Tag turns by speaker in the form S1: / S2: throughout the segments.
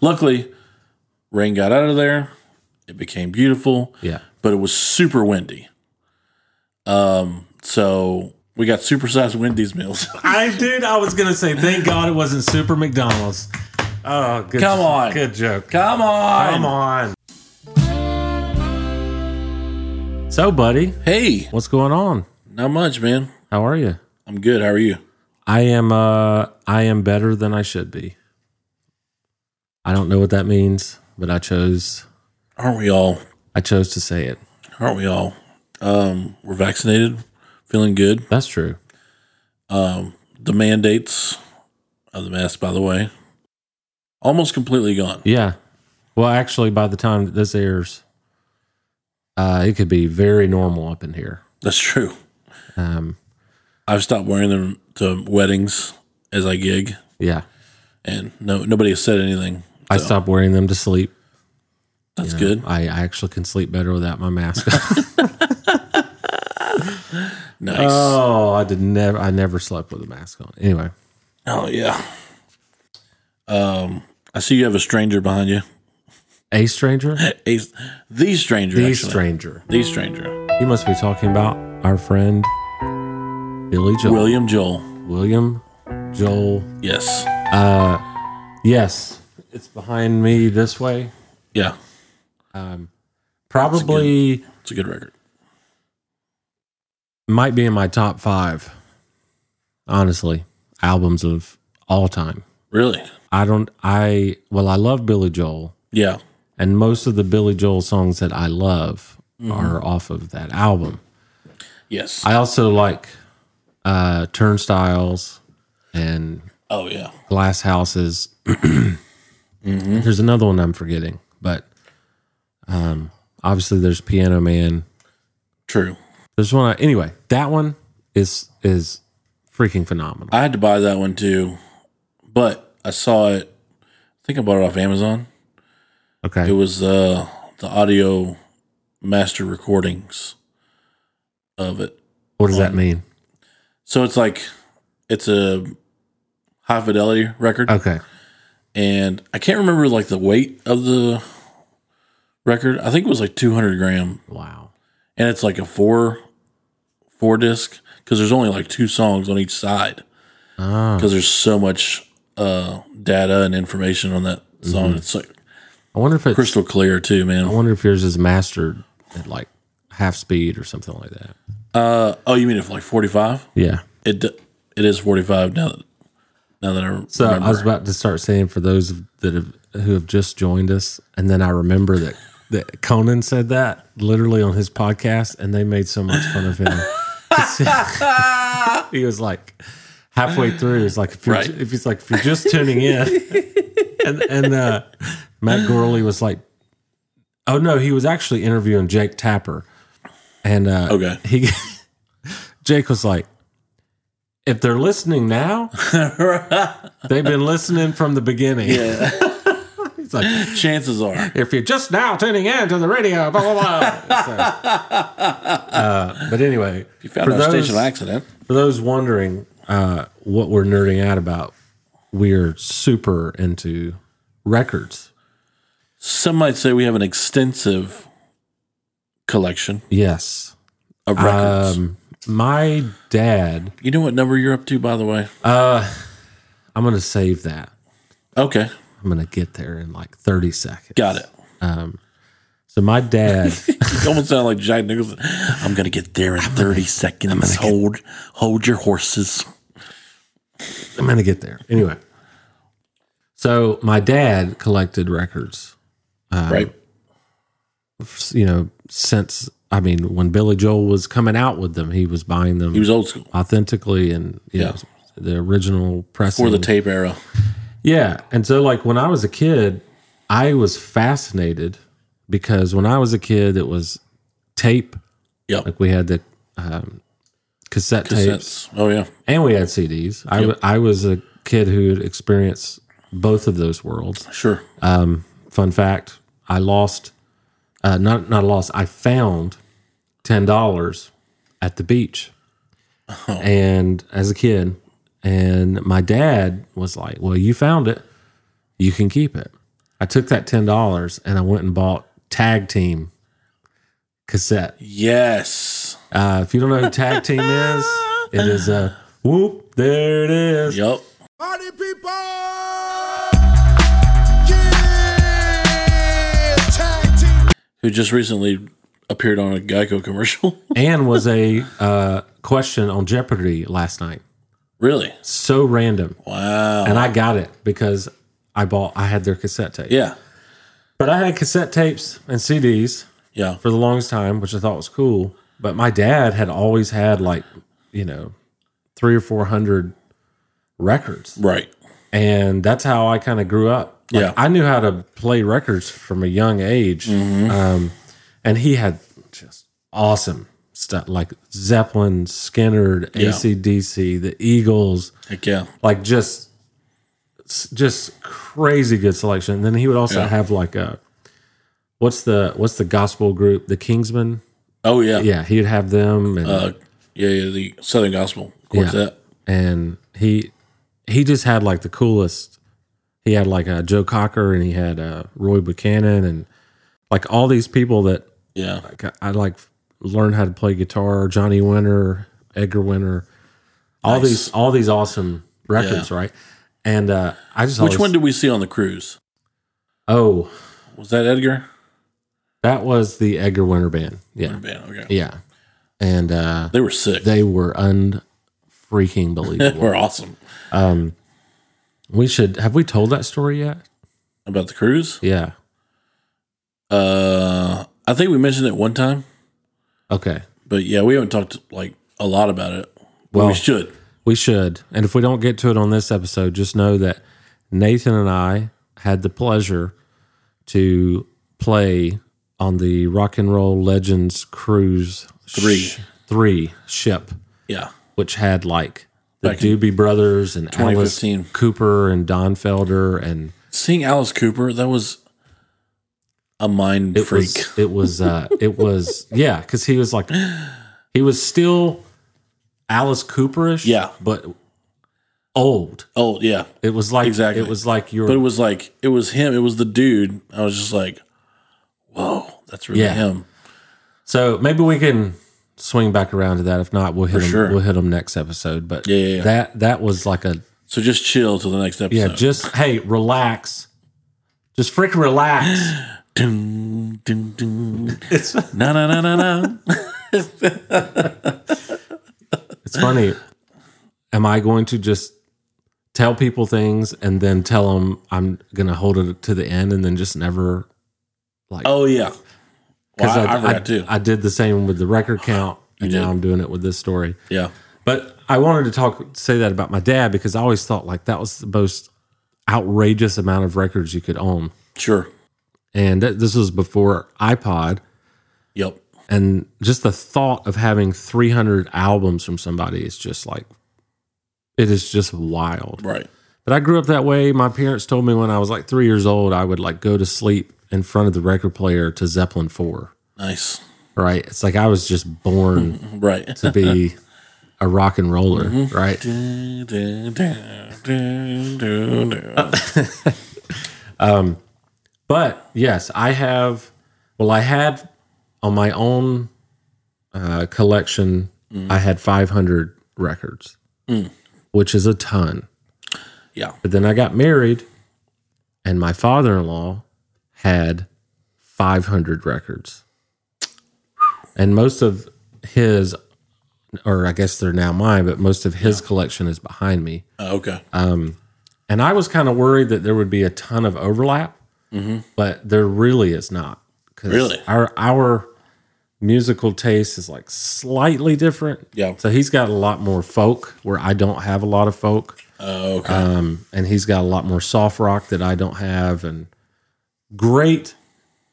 S1: Luckily, rain got out of there. It became beautiful,
S2: Yeah.
S1: but it was super windy. Um, so we got supersized Wendy's meals.
S3: I dude, I was gonna say, thank God it wasn't Super McDonald's. Oh, good,
S1: Come on.
S3: good joke.
S1: Come on.
S3: Come on. So, buddy,
S1: Hey,
S3: what's going on?
S1: not much, man.
S3: How are you?
S1: I'm good. How are you?
S3: I am. Uh, I am better than I should be. I don't know what that means, but I chose.
S1: Aren't we all?
S3: I chose to say it.
S1: Aren't we all? Um, we're vaccinated, feeling good.
S3: That's true.
S1: The mandates of the mask, by the way, almost completely gone.
S3: Yeah. Well, actually, by the time that this airs, uh, it could be very normal up in here.
S1: That's true.
S3: Um,
S1: I've stopped wearing them to weddings as I gig,
S3: yeah.
S1: and no nobody has said anything.
S3: I
S1: So,
S3: stopped wearing them to sleep.
S1: That's good.
S3: I, I actually can sleep better without my mask. on.
S1: Nice.
S3: oh, I did never. I never slept with a mask on. Anyway,
S1: oh yeah. Um, I see you have a stranger behind you.
S3: a stranger,
S1: A, the stranger.
S3: the
S1: actually.
S3: stranger.
S1: The stranger.
S3: You must be talking about our friend Billy Joel.
S1: William Joel.
S3: William Joel. Uh,
S1: Yes.
S3: Yes, it's behind me this way. Um,
S1: Yeah.
S3: Probably
S1: It's a good record.
S3: might be in my top five. Honestly, albums of all time.
S1: Really?
S3: I don't. I well, I love Billy Joel.
S1: Yeah.
S3: and most of the Billy Joel songs that I love
S1: Mm-hmm.
S3: are off of that album.
S1: Yes.
S3: I also like uh, Turnstiles and
S1: oh yeah.
S3: Glass Houses.
S1: Mm-hmm.
S3: There's another one I'm forgetting, but um, obviously there's Piano Man.
S1: True.
S3: There's one. I, anyway, that one is is freaking phenomenal.
S1: I had to buy that one too, but I saw it. I think I bought it off Amazon. It
S3: Okay,
S1: was uh, the audio master recordings of it.
S3: what does that mean?
S1: So it's like it's a high fidelity record,
S3: Okay,
S1: and I can't remember like the weight of the record. I think it was like 200 gram,
S3: wow.
S1: and it's like a four four disc because there's only like two songs on each side.
S3: Ah,
S1: because there's so much uh, data and information on that song. It's like
S3: I wonder if it's,
S1: crystal clear too,
S3: Mm-hmm. I
S1: man.
S3: wonder if yours is mastered at like half speed or something like that.
S1: Uh, oh, you mean if like 45?
S3: Yeah.
S1: It d- it is 45 now that now that I
S3: So
S1: remember.
S3: I was about to start saying for those of- that have who have just joined us, and then I remember that that Conan said that literally on his podcast, and they made so much fun of him. he was like halfway through. It's like if, you're,
S1: Right.
S3: if he's like if you're just tuning in, and and uh, Matt Gorley was like, oh no, he was actually interviewing Jake Tapper, and uh,
S1: Okay.
S3: he Jake was like, if they're listening now, they've been listening from the beginning.
S1: yeah,
S3: He's like,
S1: chances are.
S3: if you're just now tuning in to the radio, blah blah blah. So, uh, but anyway,
S1: You found
S3: for
S1: our
S3: those,
S1: station by accident.
S3: for those wondering uh, what we're nerding out about, we're super into records.
S1: Some might say we have an extensive collection
S3: Yes.
S1: of records.
S3: Um, my dad.
S1: you know what number you're up to, by the way?
S3: Uh, I'm gonna save that.
S1: Okay,
S3: I'm gonna get there in like 30 seconds.
S1: got it.
S3: Um, so my dad,
S1: You almost sound like Jack Nicholson. I'm gonna get there in 30 seconds. Hold hold your horses.
S3: I'm gonna get there anyway. So my dad collected records,
S1: right.
S3: you know, since I mean, when Billy Joel was coming out with them, he was buying them
S1: He was old school
S3: authentically and you
S1: Yeah.
S3: know, the original pressing.
S1: for the tape era.
S3: Yeah. And so, like, when I was a kid, I was fascinated because when I was a kid, it was tape.
S1: Yep.
S3: Like, we had the um, cassette,
S1: Cassettes.
S3: tapes
S1: Oh yeah.
S3: and we had CDs. I, w- I was a kid who had experienced both of those worlds.
S1: Sure.
S3: Um, fun fact I lost, uh, not, not lost, I found $10 at the beach. And as a kid, and my dad was like, Well, you found it. You can keep it. I took that ten dollars and I went and bought Tag Team cassette.
S1: Yes.
S3: Uh, if you don't know who Tag Team is, it is uh, whoop. There it is.
S1: Yep.
S2: Party people! Yeah! Tag team!
S1: Who just recently appeared on a Geico commercial.
S3: And was a uh, question on Jeopardy last night.
S1: really?
S3: So random,
S1: Wow.
S3: and I got it because I bought. I had their cassette tape.
S1: yeah.
S3: But I had cassette tapes and CDs
S1: Yeah.
S3: for the longest time, which I thought was cool. But my dad had always had like, you know, three or four hundred records.
S1: Right.
S3: And that's how I kind of grew up. Like,
S1: Yeah.
S3: I knew how to play records from a young age.
S1: Mm-hmm.
S3: Um, and he had just awesome stuff like Zeppelin, Skinner,
S1: Yeah.
S3: ACDC, the Eagles,
S1: Heck yeah.
S3: like just just crazy good selection. And then he would also
S1: Yeah.
S3: have like a what's the what's the gospel group, the Kingsmen?
S1: Oh yeah. Yeah.
S3: Yeah, he'd have them and
S1: Uh, yeah, yeah. The Southern Gospel Quartet.
S3: and he he just had like the coolest. He had like a Joe Cocker and he had uh, Roy Buchanan and like all these people that
S1: Yeah.
S3: like, I like learned how to play guitar. Johnny Winter, Edgar Winter, all
S1: Nice.
S3: these all these awesome records, right? And uh, I just
S1: Which
S3: always-
S1: one did we see on the cruise?
S3: oh
S1: Was that Edgar?
S3: That was the Edgar Winter Band. Yeah.
S1: Man, okay.
S3: Yeah. And uh,
S1: They were sick. They
S3: they were unfreaking believable.
S1: were awesome.
S3: um, we should have we told that story yet?
S1: About the cruise?
S3: Yeah.
S1: Uh I think we mentioned it one time,
S3: Okay.
S1: but yeah, we haven't talked like a lot about it. But
S3: Well-
S1: we should.
S3: We should. And if we don't get to it on this episode, just know that Nathan and I had the pleasure to play on the Rock and Roll Legends Cruise
S1: Three.
S3: three ship.
S1: Yeah.
S3: which had like the
S1: Back in
S3: Doobie Brothers and Alice
S1: 2015.
S3: Cooper and Don Felder and
S1: Seeing Alice Cooper, that was a mind
S3: it
S1: freak.
S3: was it was uh it was yeah because he was like he was still Alice Cooperish
S1: Yeah.
S3: but old
S1: oh yeah.
S3: it was like
S1: Exactly.
S3: it was like you
S1: But it
S3: were
S1: was like it was him, it was the dude. I was just like, Whoa, that's really
S3: Yeah.
S1: him.
S3: so maybe we can swing back around to that if not we'll hit him,
S1: sure.
S3: we'll hit him next episode but
S1: Yeah, yeah, yeah.
S3: that that was like a
S1: So just chill till the next episode.
S3: yeah just hey relax just freaking relax
S1: Dun, dun, dun.
S3: it's
S1: na na na na na.
S3: It's funny. Am I going to just tell people things and then tell them I'm going to hold it to the end and then just never?
S1: Oh yeah. Well, I, I,
S3: I,
S1: forgot too.
S3: I did the same with the record count, and
S1: did.
S3: now I'm doing it with this story.
S1: yeah.
S3: But I wanted to talk, say that about my dad because I always thought like that was the most outrageous amount of records you could own,
S1: Sure.
S3: and that, this was before iPod.
S1: Yep.
S3: and just the thought of having 300 albums from somebody is just like it is just wild
S1: Right.
S3: but i grew up that way my parents told me when i was like three years old i would like go to sleep in front of the record player to zeppelin 4
S1: Nice.
S3: right it's like i was just born
S1: Right.
S3: to be a rock and roller right
S1: Dun, dun, dun, dun, dun, dun.
S3: But yes, I have. Well, I had on my own uh, collection, I had 500 records, which is a ton.
S1: Yeah.
S3: But then I got married, and my father in law had 500 records. And most of his, or I guess they're now mine, but most of his collection is behind me.
S1: Uh, okay.
S3: And I was kind of worried that there would be a ton of overlap, but there really is not. 'Cause
S1: Mm-hmm. Really?
S3: our our musical taste is like slightly different.
S1: Yeah.
S3: So he's got a lot more folk, where I don't have a lot of folk,
S1: Oh, okay.
S3: um, and he's got a lot more soft rock that I don't have, and great,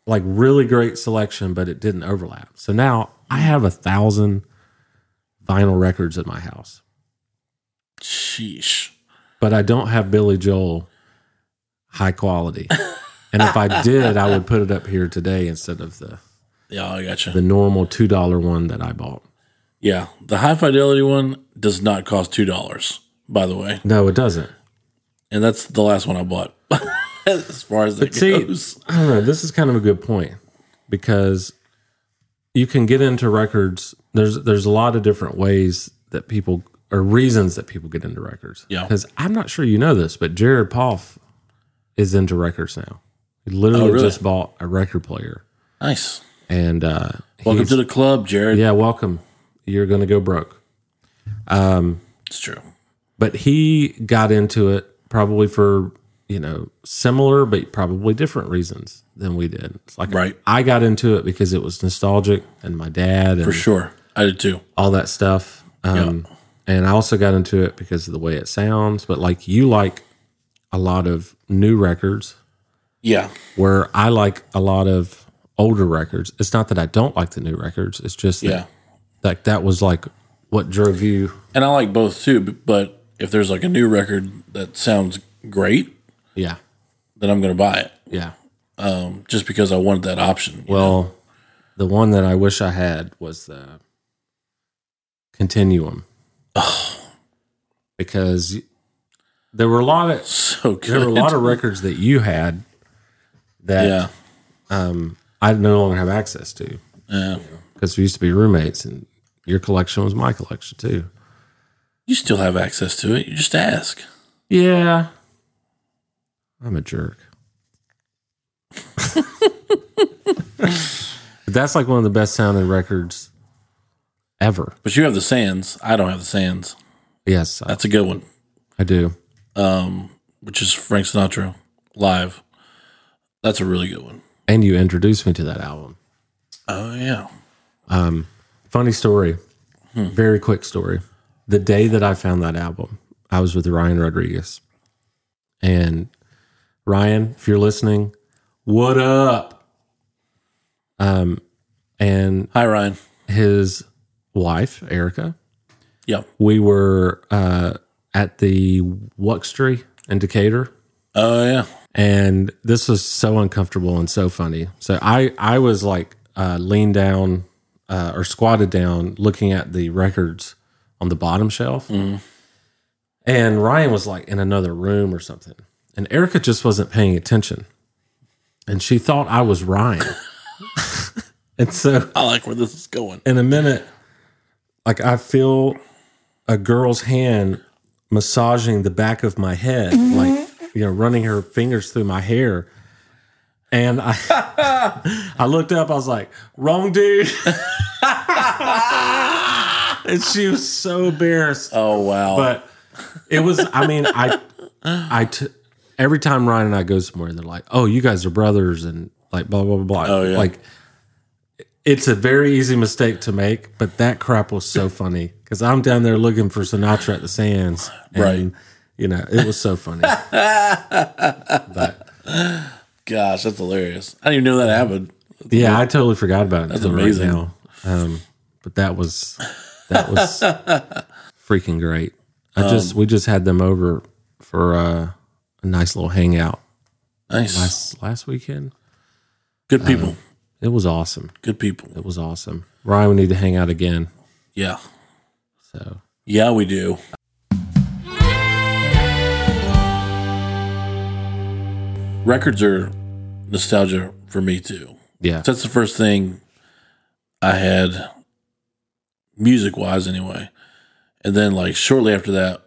S3: like really great selection, but it didn't overlap. So now I have a thousand vinyl records at my house.
S1: Sheesh.
S3: but I don't have Billy Joel high quality. And if I did, I would put it up here today instead of the
S1: Yeah, I gotcha.
S3: the normal two dollar one that I bought.
S1: Yeah. The high fidelity one does not cost two dollars, by the way.
S3: No, it doesn't.
S1: And that's the last one I bought. as far as that
S3: But see,
S1: goes.
S3: I don't know. This is kind of a good point because you can get into records. There's there's a lot of different ways that people or reasons that people get into records.
S1: Yeah.
S3: Because I'm not sure you know this, but Jared Poff is into records now. He literally
S1: Oh, really?
S3: just bought a record player,
S1: Nice.
S3: and uh,
S1: Welcome
S3: he's-
S1: to the club, Jared.
S3: yeah, welcome. You're gonna go broke.
S1: It's true.
S3: but he got into it probably for you know similar but probably different reasons than we did it's like
S1: Right.
S3: i got into it because it was nostalgic and my dad and
S1: For sure. I did too.
S3: all that stuff um, and i also got into it because of the way it sounds but like you like a lot of new records
S1: Yeah.
S3: where i like a lot of older records it's not that i don't like the new records it's just that,
S1: Yeah.
S3: like that was like what drove you
S1: And I like both too, b- but if there's like a new record that sounds great,
S3: yeah
S1: then I'm going to buy it
S3: yeah
S1: um, just because I wanted that option.
S3: Well, the one that I wish I had was the Continuum. Because there were a lot of
S1: so good.
S3: there were a lot of records that you had that
S1: yeah.
S3: um, I no longer have access to
S1: Yeah.
S3: because we used to be roommates, and your collection was my collection too.
S1: You still have access to it. You just ask.
S3: Yeah, I'm a jerk. But that's like one of the best sounding records ever.
S1: But you have the sands. I don't have the sands.
S3: Yes, I,
S1: That's a good one, um,
S3: I do.
S1: which is Frank Sinatra live. That's a really good one.
S3: and you introduced me to that album.
S1: Oh yeah.
S3: Funny story, very quick story. The day that I found that album, I was with Ryan Rodriguez. And Ryan, if you're listening, what up? Um, and
S1: Hi Ryan.
S3: his wife, Erica,
S1: Yep.
S3: we were uh, at the Wuxtry in Decatur.
S1: Oh yeah.
S3: and this was so uncomfortable and so funny. So I I was like uh, leaned down uh, or squatted down, looking at the records on the bottom shelf, and Ryan was like in another room or something, and Erica just wasn't paying attention, and she thought I was Ryan, and so
S1: I like where this is going.
S3: in a minute, like I feel a girl's hand massaging the back of my head, like you know, running her fingers through my hair. And I, I looked up. I was like, "Wrong dude," and she was so embarrassed.
S1: Oh wow.
S3: But it was. I mean, I, I t- every time Ryan and I go somewhere, they're like, "Oh, you guys are brothers," and like blah blah blah. blah.
S1: Oh, yeah.
S3: Like, it's a very easy mistake to make, but that crap was so funny because I'm down there looking for Sinatra at the Sands, and,
S1: Right.
S3: You know, it was so funny. but
S1: Gosh, that's hilarious. I didn't even know that happened.
S3: yeah, I totally forgot about it. That's
S1: amazing.
S3: Right now. Um, but that was that was freaking great. I
S1: Um,
S3: just we just had them over for uh, a nice little hangout
S1: Nice.
S3: last last weekend.
S1: Good people.
S3: It was awesome.
S1: Good people.
S3: It was awesome. Ryan, we need to hang out again.
S1: Yeah.
S3: So
S1: Yeah, we do. Records are nostalgia for me too.
S3: yeah,
S1: That's the first thing I had music wise anyway. And then like shortly after that,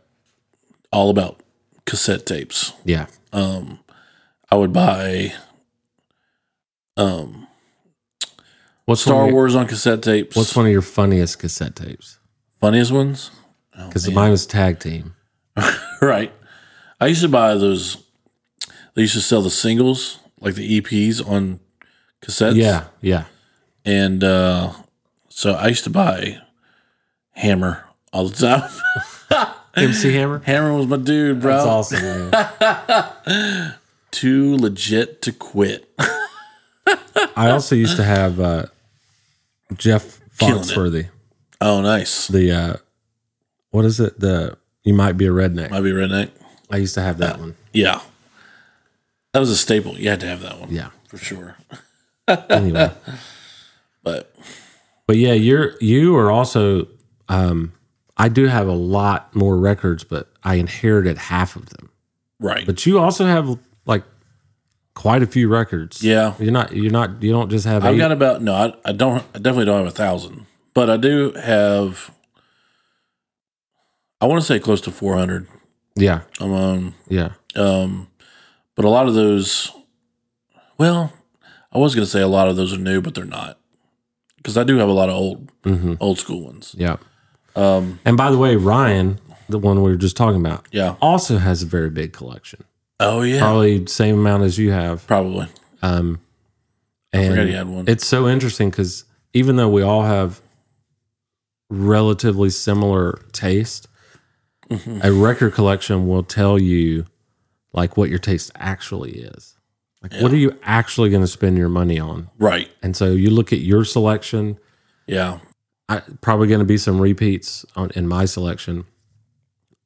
S1: all about cassette tapes.
S3: yeah,
S1: Um I would buy um
S3: What's one of
S1: Star
S3: your-
S1: Wars on cassette tapes.
S3: What's one of your funniest cassette tapes?
S1: funniest ones? Oh,
S3: Because
S1: man.
S3: mine was Tag Team.
S1: Right. I used to buy those. They used to sell the singles, like the EPs on cassettes.
S3: yeah, yeah,
S1: And uh, so I used to buy Hammer all the time.
S3: MC Hammer.
S1: Hammer was my dude, bro.
S3: That's awesome. man.
S1: Too legit to quit.
S3: I also used to have uh, Jeff
S1: Killing it.
S3: Foxworthy.
S1: Oh, nice.
S3: The uh, what is it? The you might be a redneck.
S1: Might be redneck.
S3: I used to have that one.
S1: Yeah. That was a staple. You had to have that one.
S3: Yeah.
S1: For sure.
S3: Anyway,
S1: But
S3: but yeah, you're you are also. Um, I do have a lot more records, but I inherited half of them.
S1: right.
S3: But you also have like quite a few records.
S1: Yeah.
S3: You're not you're not you don't just have
S1: I've
S3: eight.
S1: got about no, I, I don't. I definitely don't have a thousand, but I do have. I want to say close to four hundred.
S3: yeah.
S1: Um,
S3: Yeah.
S1: um, but a lot of those, well, I was going to say a lot of those are new, but they're not, because I do have a lot of old,
S3: Mhm.
S1: old school ones.
S3: Yeah.
S1: Um,
S3: And by the way, Ryan, the one we were just talking about,
S1: yeah.
S3: also has a very big collection.
S1: Oh yeah.
S3: Probably same amount as you have.
S1: Probably.
S3: Um, and
S1: forgot he had one.
S3: It's so interesting because even though we all have relatively similar taste, a record collection will tell you like what your taste actually is. Like, what are you actually going to spend your money on?
S1: Right.
S3: And so you look at your selection.
S1: Yeah.
S3: I, probably going to be some repeats on, in my selection.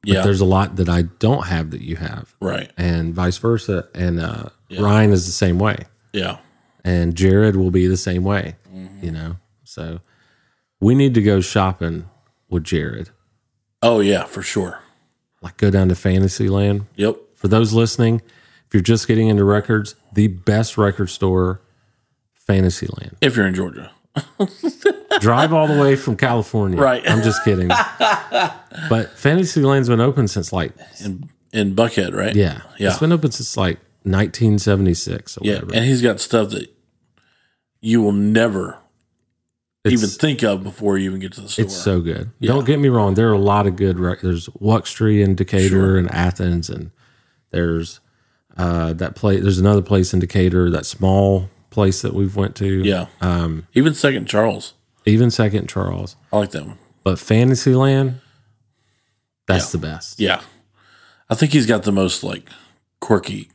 S3: But
S1: Yeah.
S3: there's a lot that I don't have that you have,
S1: Right.
S3: and vice versa. And uh, Ryan is the same way.
S1: Yeah.
S3: and Jared will be the same way,
S1: Mm-hmm.
S3: you know. So we need to go shopping with Jared.
S1: Oh yeah, for sure.
S3: Like go down to Fantasyland.
S1: Yep.
S3: For those listening, if you're just getting into records, the best record store, Fantasyland.
S1: If you're in Georgia.
S3: Drive all the way from California.
S1: Right.
S3: I'm just kidding. but Fantasyland's been open since like
S1: in in Buckhead, right?
S3: yeah,
S1: Yeah.
S3: It's been open since like 1976 or
S1: yeah.
S3: whatever.
S1: And he's got stuff that you will never
S3: It's-
S1: even think of before you even get to the store.
S3: It's so good. Don't get me wrong. There are a lot of good. Rec- there's Wuxtree in Decatur and Athens, and there's uh, that place. There's another place in Decatur, that small place that we've went to. um,
S1: yeah. even Second Charles,
S3: even Second Charles,
S1: I like that one.
S3: but Fantasyland, that's the best.
S1: Yeah, I think he's got the most like quirky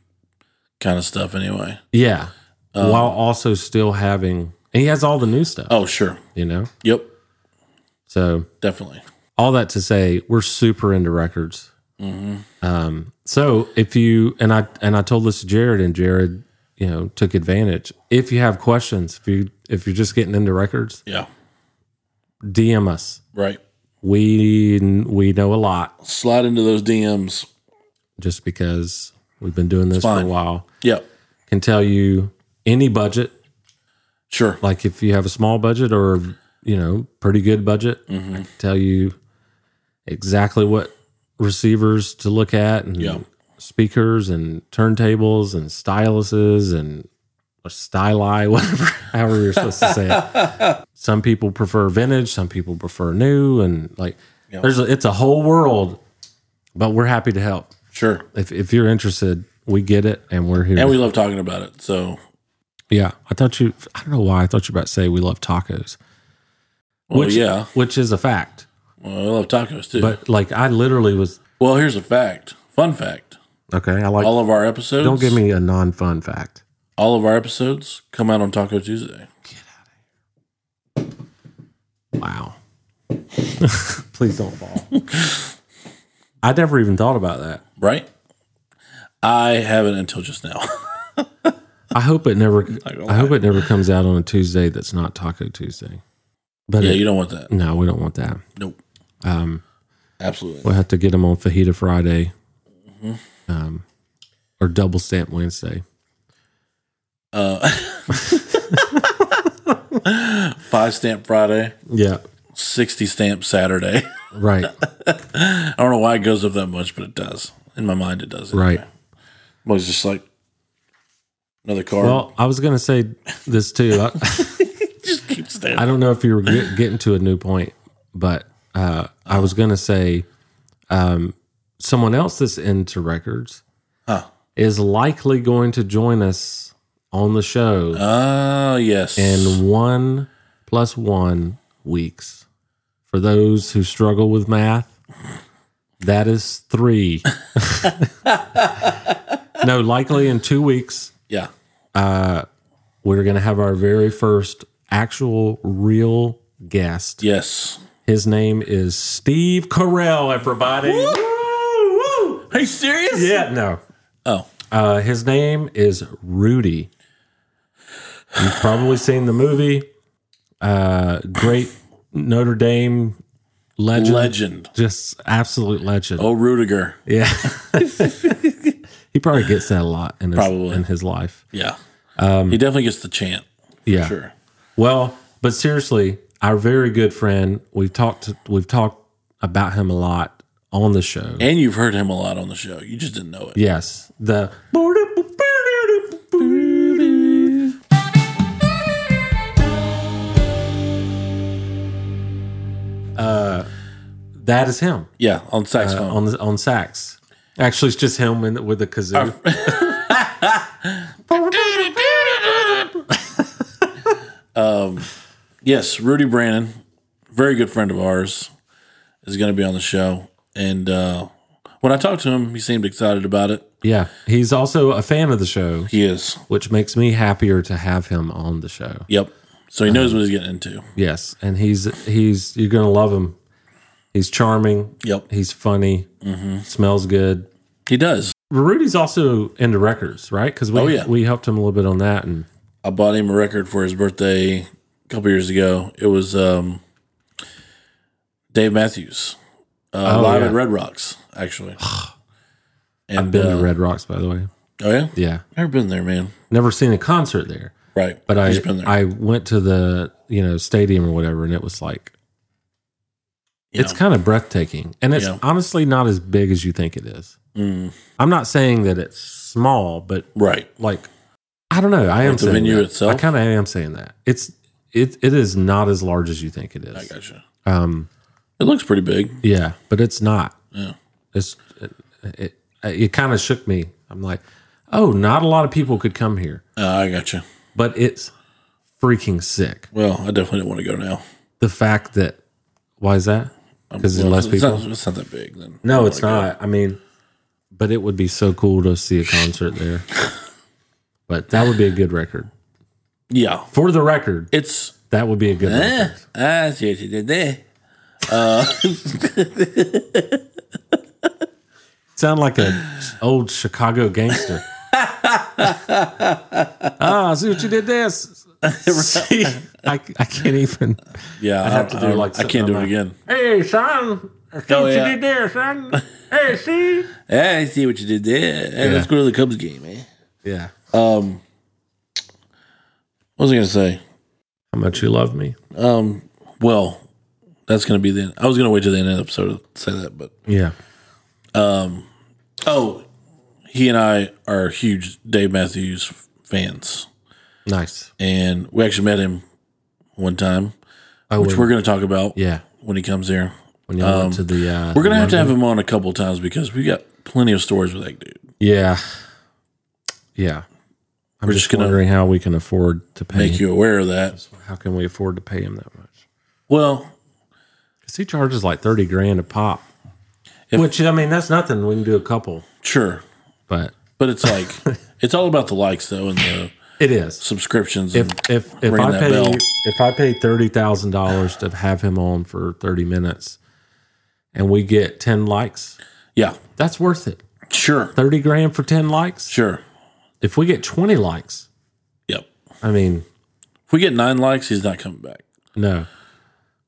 S1: kind of stuff. Anyway.
S3: Yeah, while also still having, and he has all the new stuff.
S1: Um, Oh sure.
S3: You know,
S1: Yep.
S3: so
S1: Definitely.
S3: all that to say, we're super into records. Um, so if you and I and I told this to Jared, and Jared, you know, took advantage. If you have questions, if you if you're just getting into records,
S1: Yeah.
S3: DM us.
S1: Right.
S3: We we know a lot
S1: Slide into those DMs.
S3: just because we've been doing this for a
S1: fine.
S3: while.
S1: Yep.
S3: Can tell you any budget,
S1: Sure.
S3: like if you have a small budget or you know pretty good budget,
S1: Mm-hmm.
S3: I can tell you exactly what receivers to look at and
S1: Yeah.
S3: speakers and turntables and styluses and or styli, whatever, however you're supposed to say it. Some people prefer vintage, some people prefer new, and like there's a, it's a whole world. But we're happy to help
S1: Sure.
S3: if if you're interested. We get it, and we're here.
S1: And we love talking about it. So
S3: yeah, I thought you. I don't know why I thought you were about to say we love tacos.
S1: well,
S3: Which-
S1: yeah.
S3: which is a fact.
S1: Well, I love tacos too.
S3: But like, I literally was
S1: well, here's a fact. Fun fact.
S3: okay. I like.
S1: All of our episodes.
S3: don't give me a non-fun fact.
S1: all of our episodes come out on Taco Tuesday.
S3: Wow. Please don't fall. I never even thought about that.
S1: right? I haven't until just now.
S3: I hope it never.
S1: gonna
S3: I hope it never comes out on a Tuesday that's not Taco Tuesday. But
S1: yeah,
S3: it-
S1: you don't want that.
S3: no, we don't want that.
S1: Nope.
S3: Um,
S1: Absolutely.
S3: we'll have to get them on Fajita Friday,
S1: Mm-hmm.
S3: um, or Double Stamp Wednesday.
S1: Uh, five stamp Friday,
S3: Yeah.
S1: 60 stamp Saturday.
S3: Right.
S1: I don't know why it goes up that much, but it does. In my mind, it does.
S3: Right.
S1: It was just like another card.
S3: Well, I was gonna say this too. I-
S1: just keep stamping.
S3: I don't know if you were get, getting to a new point, but uh, I was going to say um, someone else that's into records
S1: Huh.
S3: is likely going to join us on the show
S1: Ah, yes.
S3: in one plus one weeks. For those who struggle with math, that is three. no, likely in two weeks,
S1: yeah.
S3: we're going to have our very first actual real guest.
S1: Yes.
S3: His name is Steve Carell, everybody.
S1: Are you serious?
S3: Yeah, no.
S1: Oh,
S3: Uh, his name is Rudy. You've probably seen the movie. Uh, great Notre Dame legend.
S1: legend.
S3: Just absolute legend.
S1: Oh, Rudiger.
S3: Yeah. He probably gets that a lot in his,
S1: Probably.
S3: in his life.
S1: Yeah. he definitely gets the chant.
S3: Yeah.
S1: Um, Sure.
S3: Well, but seriously, our very good friend, we've talked we've talked about him a lot on the show.
S1: And you've heard him a lot on the show. You just didn't know it.
S3: Yes, the Uh, that is him
S1: Yeah, on
S3: uh,
S1: saxophone.
S3: on the, on sax. Actually, it's just him in, with the kazoo.
S1: Uh, Um, yes, Rudy Brannon, very good friend of ours, is going to be on the show. And uh, when I talked to him, he seemed excited about it.
S3: yeah, he's also a fan of the show,
S1: He is.
S3: which makes me happier to have him on the show.
S1: Yep. So he knows what he's getting into.
S3: Yes, and he's he's you're gonna love him. He's charming.
S1: Yep.
S3: He's funny. Smells good.
S1: He does.
S3: Rudy's also into records, right? Because we
S1: Oh, yeah.
S3: we helped him a little bit on that, and
S1: I bought him a record for his birthday a couple years ago. It was um, Dave Matthews, uh,
S3: Oh,
S1: live
S3: yeah.
S1: at Red Rocks, actually. and
S3: I've been
S1: uh,
S3: to Red Rocks, by the way.
S1: Oh yeah,
S3: Yeah,
S1: never been there, man.
S3: never seen a concert there,
S1: Right,
S3: but
S1: He's
S3: I
S1: been there.
S3: I went to the you know stadium or whatever, and it was like
S1: you
S3: it's
S1: know.
S3: kind of breathtaking, and it's
S1: Yeah.
S3: honestly not as big as you think it is. I'm not saying that it's small, but
S1: Mm, right.
S3: like I don't know. I am
S1: Like the
S3: saying
S1: venue
S3: that.
S1: itself?
S3: I kind of am saying that it's it it is not as large as you think it
S1: I
S3: is.
S1: gotcha.
S3: Um,
S1: It looks pretty big.
S3: yeah, but it's not.
S1: Yeah.
S3: It's it it, it kind of shook me. I'm like, oh, not a lot of people could come here,
S1: Uh, I gotcha.
S3: but it's freaking sick.
S1: Well, I definitely don't want to go now.
S3: The fact that why is that? Because
S1: Um, Well,
S3: less
S1: it's
S3: people.
S1: Not, it's not that big. Then
S3: no, it's not. I mean, but it would be so cool to see a concert there. but that would be a good record.
S1: Yeah,
S3: For the record,
S1: it's.
S3: that would be a good.
S1: Eh,
S3: record.
S1: I see what you did there.
S3: Sound like an old Chicago gangster. ah, I see what you did there. S- see, I, I can't even.
S1: Yeah, I
S3: have to do,
S1: I,
S3: like,
S1: I can't
S3: something
S1: do it
S3: on
S1: again.
S3: Hey, son. I see
S1: Oh, what you yeah. did
S3: there, son. Hey, see?
S1: I see what you did there. Hey, let's go to the Cubs game, eh?
S3: Yeah.
S1: Um, what was I gonna say?
S3: How much you love me.
S1: Um, well, that's gonna be the. End. I was gonna wait till the end of the episode to say that, but
S3: Yeah.
S1: oh, he and I are huge Dave Matthews fans,
S3: Nice.
S1: and we actually met him one time,
S3: I
S1: which
S3: would-
S1: we're gonna talk about.
S3: Yeah.
S1: when he comes here,
S3: When you went to the. Uh,
S1: Um, we're gonna have to have
S3: London-
S1: him on a couple times because we got plenty of stories with that dude.
S3: Yeah. Yeah. I'm
S1: We're
S3: just,
S1: just gonna-
S3: wondering how we can afford to pay.
S1: Make you aware of that.
S3: How can we afford to pay him that much?
S1: Well,
S3: Because he charges like thirty grand a pop,
S1: If-
S3: which I mean that's nothing. We can do a couple,
S1: sure,
S3: but
S1: but it's like it's all about the likes though and the
S3: it is.
S1: subscriptions.
S3: If
S1: and,
S3: if if
S1: Ring
S3: I
S1: that
S3: pay
S1: bell.
S3: if I pay thirty thousand dollars to have him on for thirty minutes, and we get ten likes,
S1: yeah,
S3: that's worth it.
S1: sure,
S3: Thirty grand for ten likes.
S1: sure,
S3: If we get twenty likes,
S1: yep.
S3: I mean,
S1: If we get nine likes, he's not coming back.
S3: no,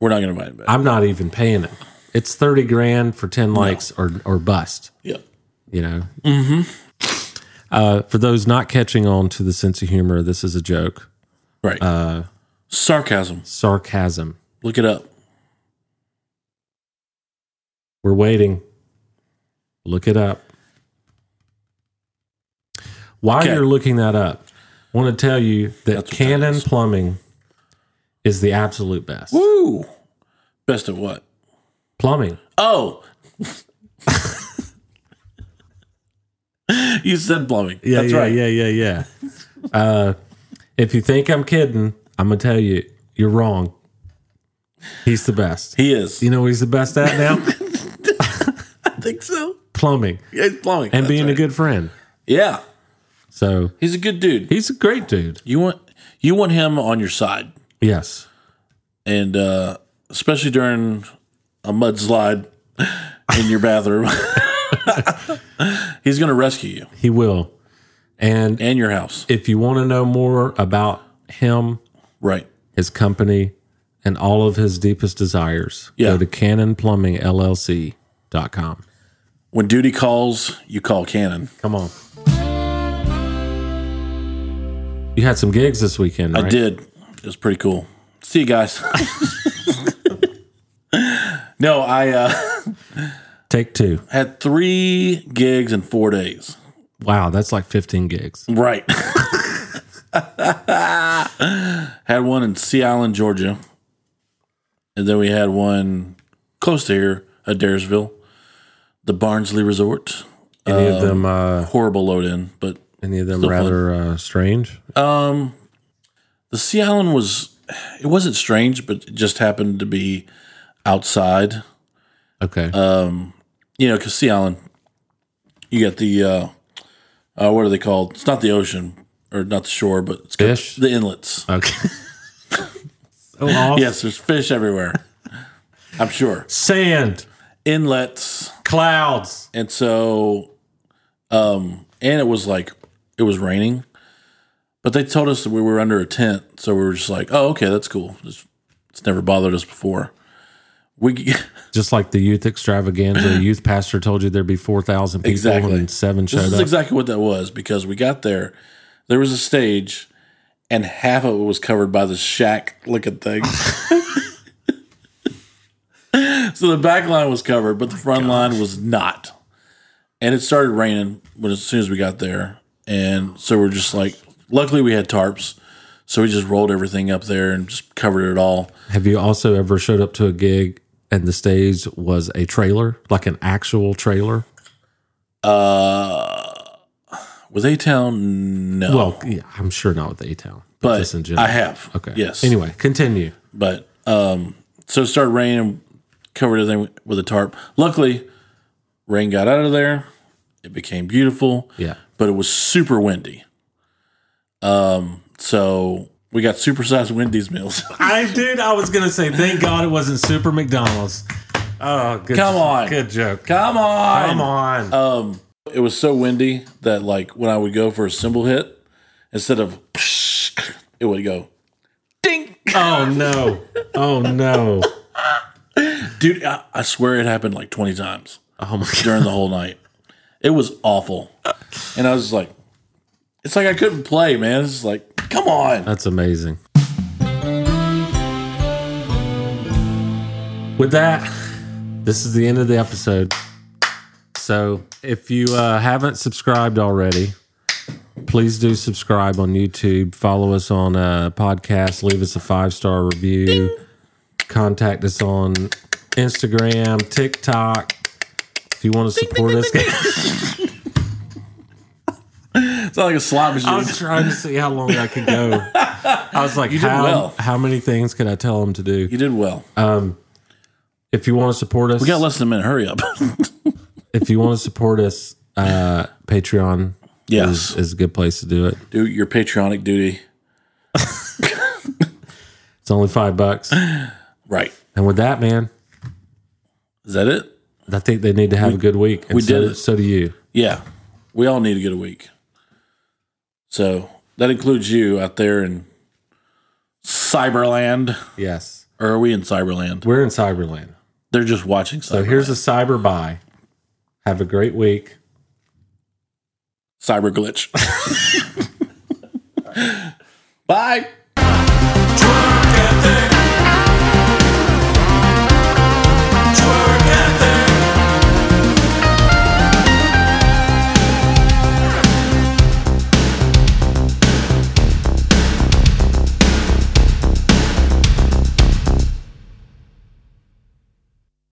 S1: We're not gonna invite him back.
S3: I'm not even paying it. It's thirty grand for ten likes or or bust.
S1: yep.
S3: you know. Mm-hmm. Uh, for those not catching on to the sense of humor, this is a joke,
S1: Right. Uh, Sarcasm.
S3: sarcasm.
S1: Look it up.
S3: We're waiting. Look it up. While
S1: Okay.
S3: you're looking that up, I want to tell you that
S1: That's what that
S3: Cannon
S1: is.
S3: Plumbing is the absolute best.
S1: Woo. Best of what?
S3: Plumbing.
S1: Oh. you said plumbing. That's right.
S3: Yeah, yeah, yeah. uh, if you think I'm kidding, I'm going to tell you, you're wrong. He's the best.
S1: He is.
S3: You know what he's the best at now?
S1: I think so.
S3: Plumbing.
S1: Yeah, he's plumbing.
S3: and
S1: That's
S3: being
S1: right.
S3: a good friend.
S1: Yeah.
S3: So
S1: He's a good dude.
S3: he's a great dude.
S1: You want you want him on your side.
S3: Yes.
S1: And uh especially during a mudslide in your bathroom. he's gonna rescue you
S3: He will. And
S1: and your house.
S3: if you want to know more about him,
S1: Right.
S3: his company, and all of his deepest desires,
S1: Yeah.
S3: go to cannonplumbingllc.com.
S1: When duty calls, you call Cannon.
S3: Come on. You had some gigs this weekend, right?
S1: I did. It was pretty cool. See you guys. no, I uh,
S3: Take two.
S1: had three gigs in four days.
S3: Wow, that's like 15 gigs.
S1: Right. had one in Sea Island, Georgia. And then we had one close to here at Daresville, the Barnsley Resort.
S3: Any of them? Uh,
S1: Horrible load in, but
S3: any of them
S1: still fun.
S3: rather uh, strange?
S1: the Sea Island was, it wasn't strange, but it just happened to be outside. Uh,
S3: Okay.
S1: you know, because Sea Island, you got the uh, uh, what are they called? It's not the ocean or not the shore, but it's got
S3: Fish?
S1: the inlets.
S3: okay. so off.
S1: Yes, there's fish everywhere. I'm sure
S3: Sand,
S1: inlets,
S3: clouds.
S1: and so, um, and it was like it was raining, but they told us that we were under a tent, so we were just like, oh, okay, that's cool. It's, it's never bothered us before. We
S3: Just like the youth extravaganza, the youth pastor told you there'd be 4,000 people
S1: Exactly.
S3: and seven
S1: This
S3: showed
S1: is
S3: up.
S1: exactly what that was because we got there, there was a stage, and half of it was covered by the shack looking thing. so the back line was covered, but the
S3: Oh
S1: front line was not. And it started raining when as soon as we got there, and so we're just like, luckily we had tarps, so we just rolled everything up there and just covered it all.
S3: Have you also ever showed up to a gig and the stage was a trailer, like an actual trailer?
S1: Uh, with A Town, no,
S3: Well, yeah, I'm sure not with A Town, but,
S1: Oh. but
S3: just in general.
S1: I have.
S3: okay.
S1: Yes.
S3: Anyway, continue.
S1: But um, so it started raining, covered everything with a tarp. Luckily, rain got out of there. It became beautiful,
S3: Yeah.
S1: but it was super windy. Um, so we got supersized Wendy's meals.
S3: I dude, I was gonna say, thank God it wasn't Super McDonald's. Oh, good,
S1: Come on.
S3: good joke.
S1: Come on, Uh,
S3: Come on,
S1: It was so windy that like when I would go for a cymbal hit, instead of it would go ding.
S3: oh no, oh no,
S1: Dude, I, I swear it happened like twenty times.
S3: oh my God.
S1: during the whole night. It was awful. And I was just like, it's like I couldn't play, man. It's just like, come on.
S3: that's amazing. With that, this is the end of the episode. So, if you uh, haven't subscribed already, please do subscribe on YouTube. Follow us on uh, podcast. Leave us a five star review. Contact us on Instagram, TikTok. If you want to support us,
S1: It's not like a slot machine.
S3: I was trying to see how long I could go. I was like,
S1: did
S3: how,
S1: well.
S3: how many things could I tell them to do?
S1: you did well.
S3: If you want to support us,
S1: we got less than a minute. Hurry up.
S3: if you want to support us, uh, Patreon
S1: yes.
S3: is a good place to do it.
S1: Do your patriotic duty.
S3: It's only five bucks.
S1: Right.
S3: And with that, man,
S1: Is that it?
S3: I think they need to have a good week. And
S1: we
S3: so,
S1: did it.
S3: So do you.
S1: Yeah. We all need to get a week. So that includes you out there in Cyberland.
S3: Yes.
S1: Or are we in Cyberland?
S3: We're in Cyberland.
S1: They're just watching
S3: So
S1: Cyber.
S3: here's a cyber buy. Have a great week.
S1: cyber glitch. Bye.